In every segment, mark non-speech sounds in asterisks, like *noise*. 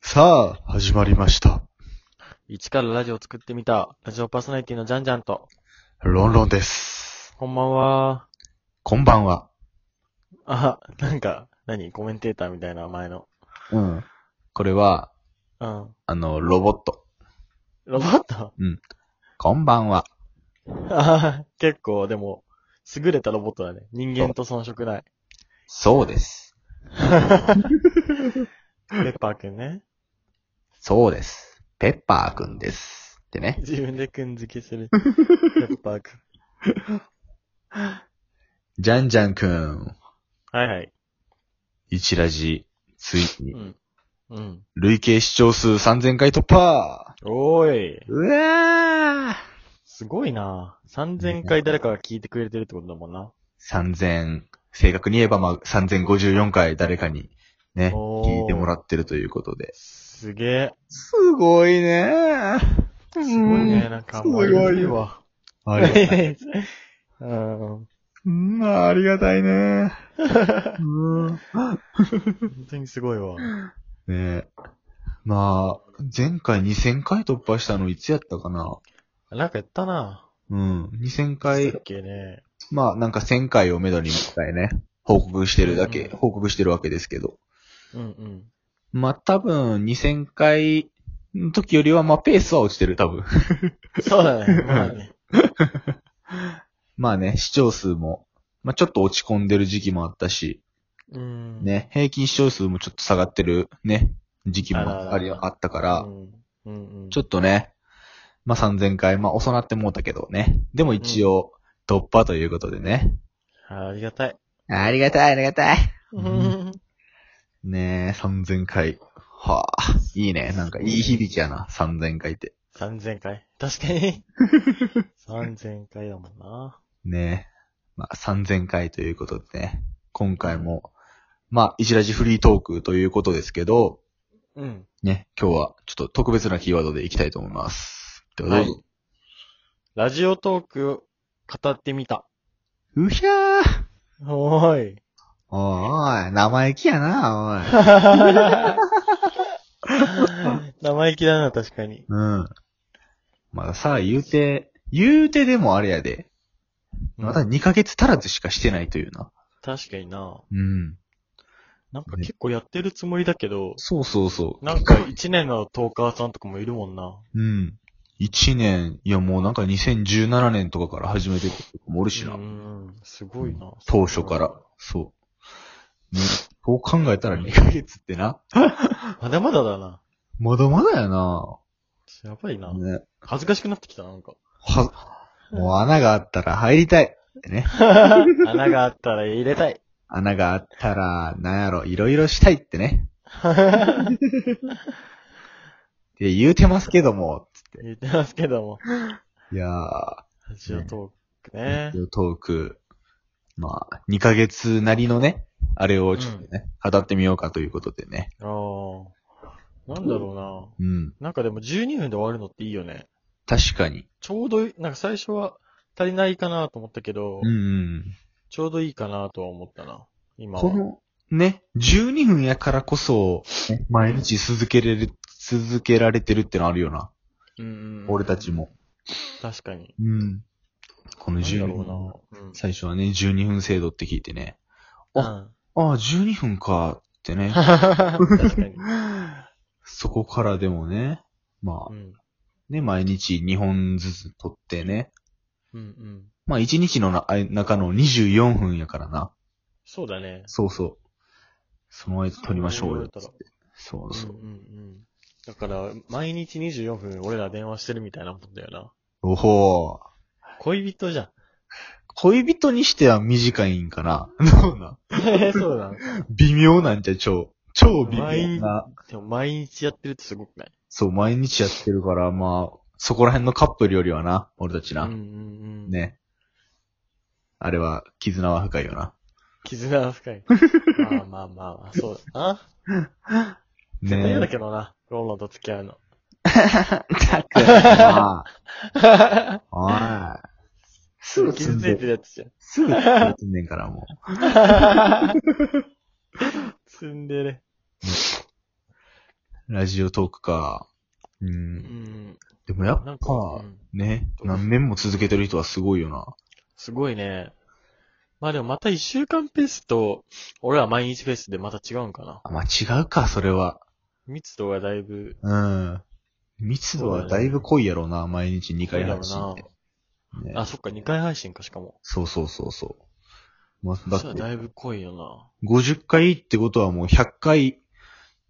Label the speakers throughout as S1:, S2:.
S1: さあ、始まりました。
S2: 一からラジオを作ってみた、ラジオパーソナリティのジャンジャンと、
S1: ロンロンです。
S2: こんばんは。
S1: こんばんは。
S2: あ、なんか、何コメンテーターみたいな前の。
S1: うん。これは、
S2: うん。
S1: あの、ロボット。
S2: ロボット
S1: こんばんは。
S2: *laughs* あ結構、でも、優れたロボットだね。人間と遜色ない。
S3: そうです。
S2: ペッパーくんね。
S3: そうです。ペッパーくんです。ってね。
S2: 自分でくん付けす *laughs* る。ペッパーくん。
S1: じゃんじゃんくん。
S2: はいはい。
S1: 一ラジ、ついうに、
S2: ん。うん。
S1: 累計視聴数3000回突破
S2: おーい。
S3: うわー
S2: すごいな3000回誰かが聞いてくれてるってことだもんな。
S1: !3000、正確に言えばまあ3054回誰かにね、
S2: おー
S1: 聞いてもらってるということで。
S2: すげえ。
S3: すごいねー。
S2: すごいね。なんか、
S3: すごい
S2: もういわ。
S1: あ
S2: いや
S1: り
S2: いやいや *laughs* うん。
S1: うん、まあありがたい
S2: *laughs*
S1: ね。うん
S2: 本当にすごいわ。
S1: ねえ。まあ、前回2000回突破したのいつやったかな
S2: なんかやったな。
S1: うん。2000
S2: だ
S1: 回
S2: っ、けね。
S1: まあなんか1000回をめどにもう一回ね、報告してるだけ、
S2: うん
S1: 報告してるわけですけど。
S2: うん
S1: まあ多分2000回の時よりはまあペースは落ちてる多分。 *laughs*
S2: うん。そうだね。まあね。
S1: まあね、視聴数も、まあちょっと落ち込んでる時期もあったし、
S2: うん。。
S1: ね、平均視聴数もちょっと下がってるね、時期もあり
S2: あらら
S1: あったか
S2: う
S1: ら、
S2: ん。うんうん。
S1: ちょっとね、まあ、3000回、まあ、遅なってもうたけどね。でも一応、突破ということでね。
S2: あありがたい。
S3: ありがたい、ありがたい。
S1: んねえ、3000回。はあ、いいね。なんか、いい響きやな、3000回って。
S2: 3000回。確か
S1: *laughs*
S2: に。3000回だもんな。
S1: ねえ。まあ、3000回ということでね。今回も、まあ、一ラジフリートークということですけど、
S2: うん。
S1: ね、今日はちょっと特別なキーワードでいきたいと思います。どうぞ。
S2: はいラジオトーク語ってみた。
S1: うひゃー
S2: お *laughs* ーい。
S3: おいおい、生意気やな、おい。
S2: 生意気だな、確かに。
S1: うん。まださ、言うて、言うてでもあれやで。まだ2ヶ月足らずしかしてないというな。
S2: 確かにな。
S1: うん。
S2: なんか結構やってるつもりだけど、
S1: そうそうそう。
S2: なんか1年のトーカーさんとかもいるもんな。
S1: うん。1年、いやもうなんか2017年とかから始めてる子もおるしな。
S2: うん、すごいな。
S1: 当初から。。そう。ね、そう考えたら2ヶ月ってな。
S2: まだまだだな。
S1: まだまだやな。
S2: やばいな。
S1: ね。
S2: 恥ずかしくなってきたな、な
S1: *laughs*
S2: んか。
S1: は、もう穴があったら入りたい。ね。
S2: 穴があったら入れ
S1: *laughs*
S2: たい。
S1: 穴があったら、なんやろ、いろいろしたいってね。で、言うてますけども。
S2: 言ってますけども。
S1: いやー、
S2: ラジオトークね。
S1: トーク、まあ、2ヶ月なりのね、あれをちょっとね、語ってみようかということでね。
S2: あーなんだろ
S1: うん。
S2: うな。なんかでも12分で終わるのっていいよね。
S1: 確かに。
S2: ちょうどいい、なんか最初は足りないかなと思ったけど、
S1: うん。
S2: ちょうどいいかなとは思ったな。今
S1: こ
S2: は。
S1: の、ね、12分やからこそ、ね毎日続けれる、続けられてるってのあるよな。
S2: うんうんうん
S1: 俺たち。も。
S2: 確かに。
S1: うん。この
S2: なんだ
S1: 12分。
S2: ろうな。うん
S1: 最初はね、12分制度って聞いてね。
S2: うん。
S1: ああ、12分か、ってね
S2: *laughs* 確かに。
S1: そこからでもね、ま
S2: う
S1: あ、
S2: ん。
S1: ね、毎日2本ずつ撮ってね。
S2: うんうん。
S1: まあ、1日のなあ中の24分やからな。
S2: そうだね。
S1: そうそう。その間撮りましょうよ。
S2: そう言われたら
S1: そうそうう。
S2: んうんうん。だから、毎日24分俺ら電話してるみたいなもんだよな。
S1: おほー。
S2: 恋人じゃん。
S1: 恋人にしては短いんかな *laughs* どうなん
S2: *laughs* そうだ。
S1: 微妙なんじゃ、超。超微妙な。
S2: でも毎日やってるってすごくない
S1: そう、毎日やってるから、まあ、そこら辺のカップルよりはな、俺たちな。
S2: うんうんうん。。
S1: ね。あれは、絆は深いよな。
S2: 絆は深 *laughs* い。まあまあまあまあ、そうだな。絶対嫌だ
S1: ね
S2: けどな。ローロンと付き合うの。
S1: たく *laughs* な
S2: *laughs*
S1: おい。すぐ積
S2: 傷
S1: ん
S2: つい
S1: で
S2: て、るやつじゃん。
S1: すぐ積んでんから、もう。
S2: 積んでる。
S1: ラジオトークか。う。
S2: うんん。
S1: でもやっ
S2: なんか、う
S1: ぱ、
S2: ん
S1: ね、何年も続けてる人はすごいよな。
S2: すごいね。まあでもまた一週間ペースと、俺ら毎日ペースでまた違うんかな。
S1: あまあ違うか、それは。
S2: 密度がだいぶ、
S1: うん。密度はだいぶ濃いやろな、毎日2
S2: どう
S1: 回
S2: だ
S1: 配
S2: ろう
S1: 信
S2: な
S1: って。。ね
S2: あ、そっか、2回配信か、しかも。
S1: そうそうそうそう。まあ、だ
S2: それは
S1: って、
S2: だいぶ濃いよな。
S1: 50回ってことはもう100回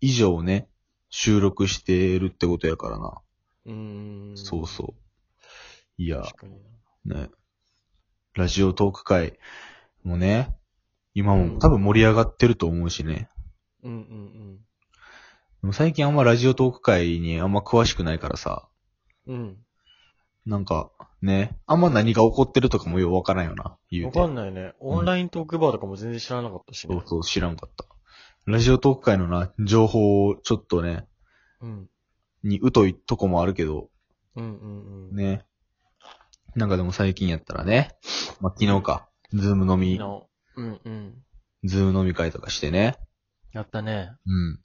S1: 以上ね、収録してるってことやからな。
S2: うーん。
S1: そうそう。いや、
S2: 確かにな。
S1: ね。ラジオトーク会もね、今
S2: う
S1: も
S2: ん
S1: 多分盛り上がってると思うしね。
S2: うんうん
S1: でも最近あんまラジオトーク会にあんま詳しくないからさ、
S2: うん。うん。
S1: なんか、ね、あんま何が起こってるとかもようわからんよな、言う
S2: わ
S1: て。
S2: かんないね。オンライントークバーとかも全然知らなかったし
S1: そう
S2: ね。
S1: そう、知らんかった。ラジオトーク会のな、情報をちょっとね、
S2: うん。
S1: に疎いとこもあるけど、
S2: うんうんうん。
S1: ね。なんかでも最近やったらね、まあ、昨日か、ズーム飲み、
S2: の。うんうん。
S1: ズーム飲み会とかしてね。
S2: やったね。
S1: うん。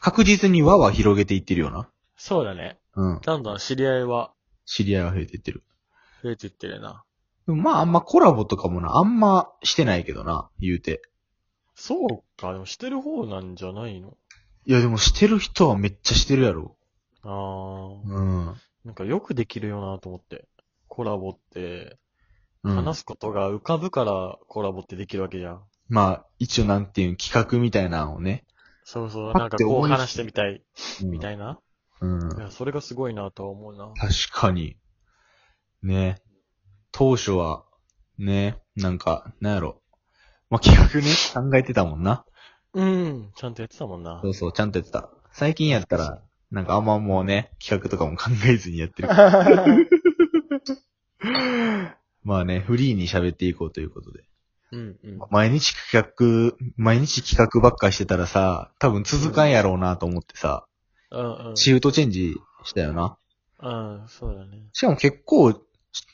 S1: 確実に輪は広げていってるよな。
S2: そうだね。
S1: うん。
S2: だんだん知り合いは
S1: 知り合いは増えていってる。
S2: 増えていってるな。
S1: でもまああんまコラボとかもな、あんましてないけどな、言うて。
S2: そうか、でもしてる方なんじゃないの
S1: いやでもしてる人はめっちゃしてるやろ。
S2: ああ、
S1: うん。
S2: なんかよくできるよなと思って。コラボって、
S1: うん、
S2: 話すことが浮かぶからコラボってできるわけじゃん。
S1: まあ、一応なんていうの企画みたいなのをね。
S2: そうそう、
S1: パ
S2: なん
S1: ッ
S2: か
S1: て
S2: こ
S1: 思
S2: う
S1: いつ
S2: 話してみたい、
S1: うん
S2: みたいな。
S1: うん。
S2: いや、それがすごいなとは思うな。
S1: 確かに。ね。当初は、ね、なんか、なんやろ。まあ、企画ね、考えてたもんな。
S2: うん、ちゃんとやってたもんな
S1: そ。うそう、ちゃんとやってた。最近やったら、なんかあんまもうね、企画とかも考えずにやって
S2: *laughs*
S1: る。まあね、フリーに喋っていこうということで。
S2: うんうん。
S1: 毎日企画、毎日企画ばっかしてたらさ、多分続かんやろうなと思ってさ、
S2: うんうん。
S1: シフトチェンジしたよな。
S2: うん、そうだね。
S1: しかも結構、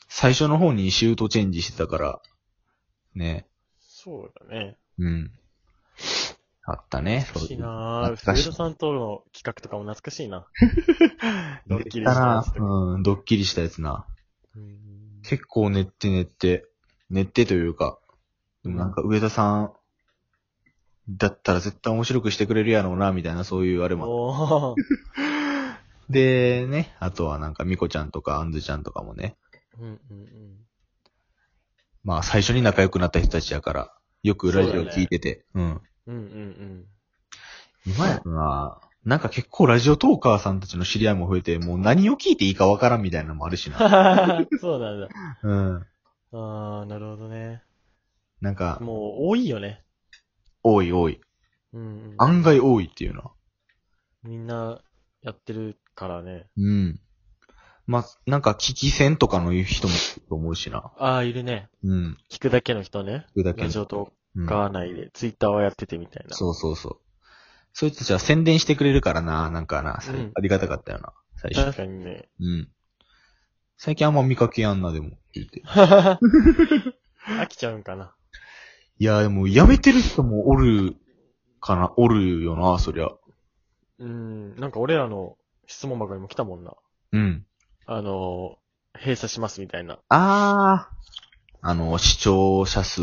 S1: 最初の方にシフトチェンジしてたから、ね、
S2: そうだね。
S1: うん。あったね、
S2: 懐かしいな
S1: 懐
S2: ぁ。
S1: か
S2: 上
S1: しい
S2: 田。さんとの企画とかも懐かし
S1: *laughs*
S2: いな。ドッ
S1: 出
S2: キリ
S1: た
S2: したや
S1: な
S2: つと。か
S1: うん、ドッキリしたやつな。
S2: うん
S1: 結構練って練って、練ってというか、でもなんか上田さん、だったら絶対面白くしてくれるやろうな、みたいなそういうあれもあっ
S2: おー。
S1: た。で、ね、あとはなんかミコちゃんとかアンズちゃんとかもね、
S2: うんうんうん。
S1: まあ最初に仲良くなった人たちやから、よくラジオ聞いてて、うん。
S2: うんうんうん。
S1: 今やとな、なんか結構ラジオトーカーさんたちの知り合いも増えて、もう何を聞いていいかわからんみたいなのもあるしな。
S2: *laughs* そうなんだ。
S1: うん。
S2: ああ、なるほどね。
S1: なんか、
S2: もう多いよね。
S1: 多い多い。
S2: うんうん。
S1: 案外多いっていうな。
S2: みんなやってるからね。
S1: うん。まあ、なんか聞き戦とかの言う人もいると思うしな。
S2: ああ、いるね。
S1: うん。
S2: 聞くだけの人ね。
S1: 聞くだけの
S2: ラジオと
S1: うん、
S2: か内で、ツイッターはやっててみたいな。
S1: そうそうそう。そういう人たちは宣伝してくれるからな、なんかな、さ
S2: うん
S1: ありがたかったよな、最
S2: 確
S1: 初。
S2: かにね。
S1: うん。最近あんま見かけやんな、でも、言うて。
S2: 飽きちゃうんかな。
S1: いや、でも、やめてる人もおる、かな、おるよな、そりゃ。
S2: うん。なんか俺らの質問箱にも来たもんな。
S1: うん。
S2: あのー、閉鎖しますみたいな。
S1: あー。あの、視聴者数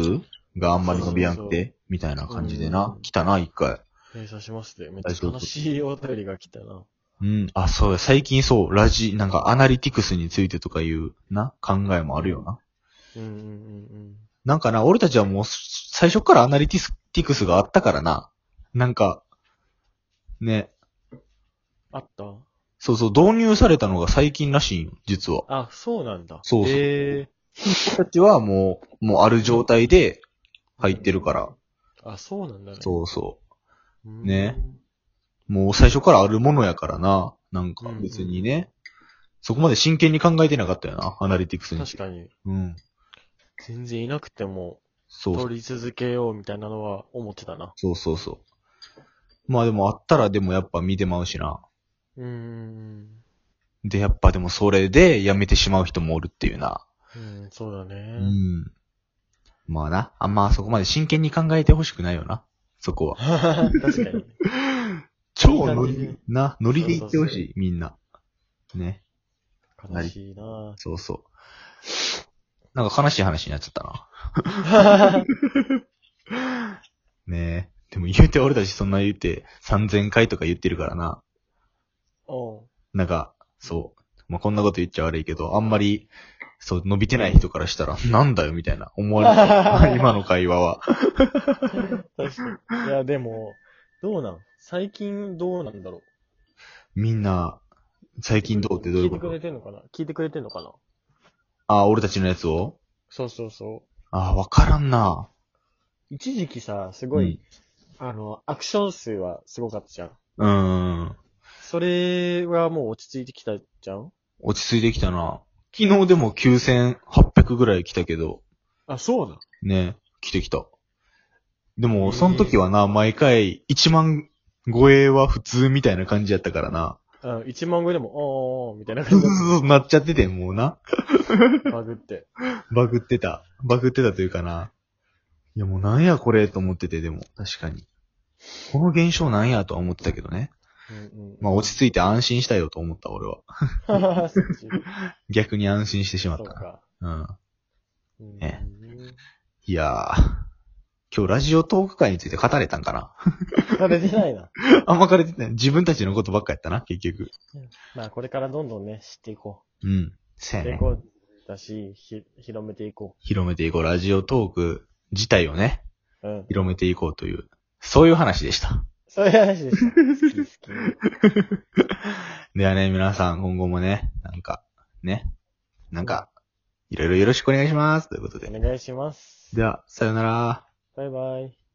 S1: があんまり伸びやんくて、みたいな感じでな
S2: う、ん
S1: 来たな、一回。
S2: 閉鎖しますって。めっちゃ悲しいお便りが来たな。
S1: うん。あ、そうや。最近そう、ラジ、なんかアナリティクスについてとかいうな、考えもあるよな。
S2: うんうんうん
S1: なんかな、俺たちはもう、最初からアナリティクスがあったからな。なんか、ね、
S2: うん。あった
S1: そうそう、導入されたのが最近らしいんよ、実は。
S2: あ、そうなんだ。
S1: そうそう
S2: え
S1: 僕たちはもう、もうある状態で入ってるから。
S2: ー、あ、そうなんだね。
S1: そうそうう。
S2: ん
S1: ね。。もう最初からあるものやからな。なんか別にね。そこまで真剣に考えてなかったよな、アナリティクスに。
S2: 確かに。
S1: うん。
S2: 全然いなくても、
S1: そうそう
S2: 撮り続けようみたいなのは思ってたな。
S1: そうそうそう。まあでもあったらでもやっぱ見てまうしな。
S2: うーん。
S1: で、やっぱでもそれでやめてしまう人もおるっていうな。
S2: うん、そうだ
S1: う
S2: *laughs* ね。
S1: ん。まあな、あんまそこまで真剣に考えてほしくないよな。そこは。
S2: 確かに。
S1: 超
S2: いい
S1: ノ
S2: 感じで
S1: リ、な、ノリで言ってほ
S2: そう
S1: しい、みんな。ね。
S2: 悲しい
S1: *laughs*
S2: な
S1: そうそう。なんか悲しい話になっちゃったな。
S2: ぁ。
S1: ねえ。でも言うて俺たちそんな言うて3000回とか言ってるからな。
S2: おう
S1: なんか、そう。まあ、こんなこと言っちゃ悪いけど、あんまり、そう、伸びてない人からしたら、なんだよ、みたいな、思わ
S2: *laughs*
S1: れる。 *laughs* 今の会話は。
S2: 確かに。いや、でも、どうなん最近どうなんだろう。
S1: みんな、最近どうってどういうこ
S2: 聞いてくれ
S1: と
S2: てんのかな聞いてくれてんのかな
S1: ああ、俺たちのやつを
S2: そうそうそ
S1: ああ、わからんな。
S2: う。一時期さ、すごい、あの、アクション数はすごかったじゃん。
S1: うん。うん。
S2: それはもう落ち着いてきたじゃん
S1: 落ち着いてきたな。昨日でも9800ぐらい来たけど、
S2: あ、そうだ。
S1: ね、来てきた。で
S2: え
S1: も、
S2: え
S1: その時はな、毎回1万超えは普通みたいな感じやったからな。
S2: うん、1万超えでも、おーおーみたいな
S1: ず
S2: 感
S1: ず
S2: じ
S1: ずなっちゃってて、もうな。 *laughs*
S2: でバグって。
S1: バグってた。バグってたというかな。いやもうなんやこれと思ってて、でも、確かに。この現象なんやとは思ってたけどね。
S2: うんうん。
S1: まあ落ち着いて安心したよと思った、俺は。
S2: あ、 *laughs* そっち。
S1: 逆に安心してしまっ
S2: そう
S1: たな。
S2: か。
S1: うん。
S2: うん
S1: ねいやー。今日ラジオトーク会について語れたんかな
S2: 食べてないな。
S1: あんま語れてない。自分たちのことばっかやったな、結局。
S2: まあ、これからどんどんね、知っていこ
S1: うん。せや
S2: う。知ってい
S1: ね。
S2: こうだし、ひ、広めていこ
S1: 広めていこう。ラジオトーク自体をね、
S2: う。うん。
S1: 広めていこうという、そういう話でした。
S2: そういう話でした。好き好
S1: ではね、皆さん、今後もね、なんか、ね、なんか、いろいろよろしくお願いします。ということ
S2: き。
S1: で。
S2: お願いします。
S1: では、さようなら。
S2: バイバイ。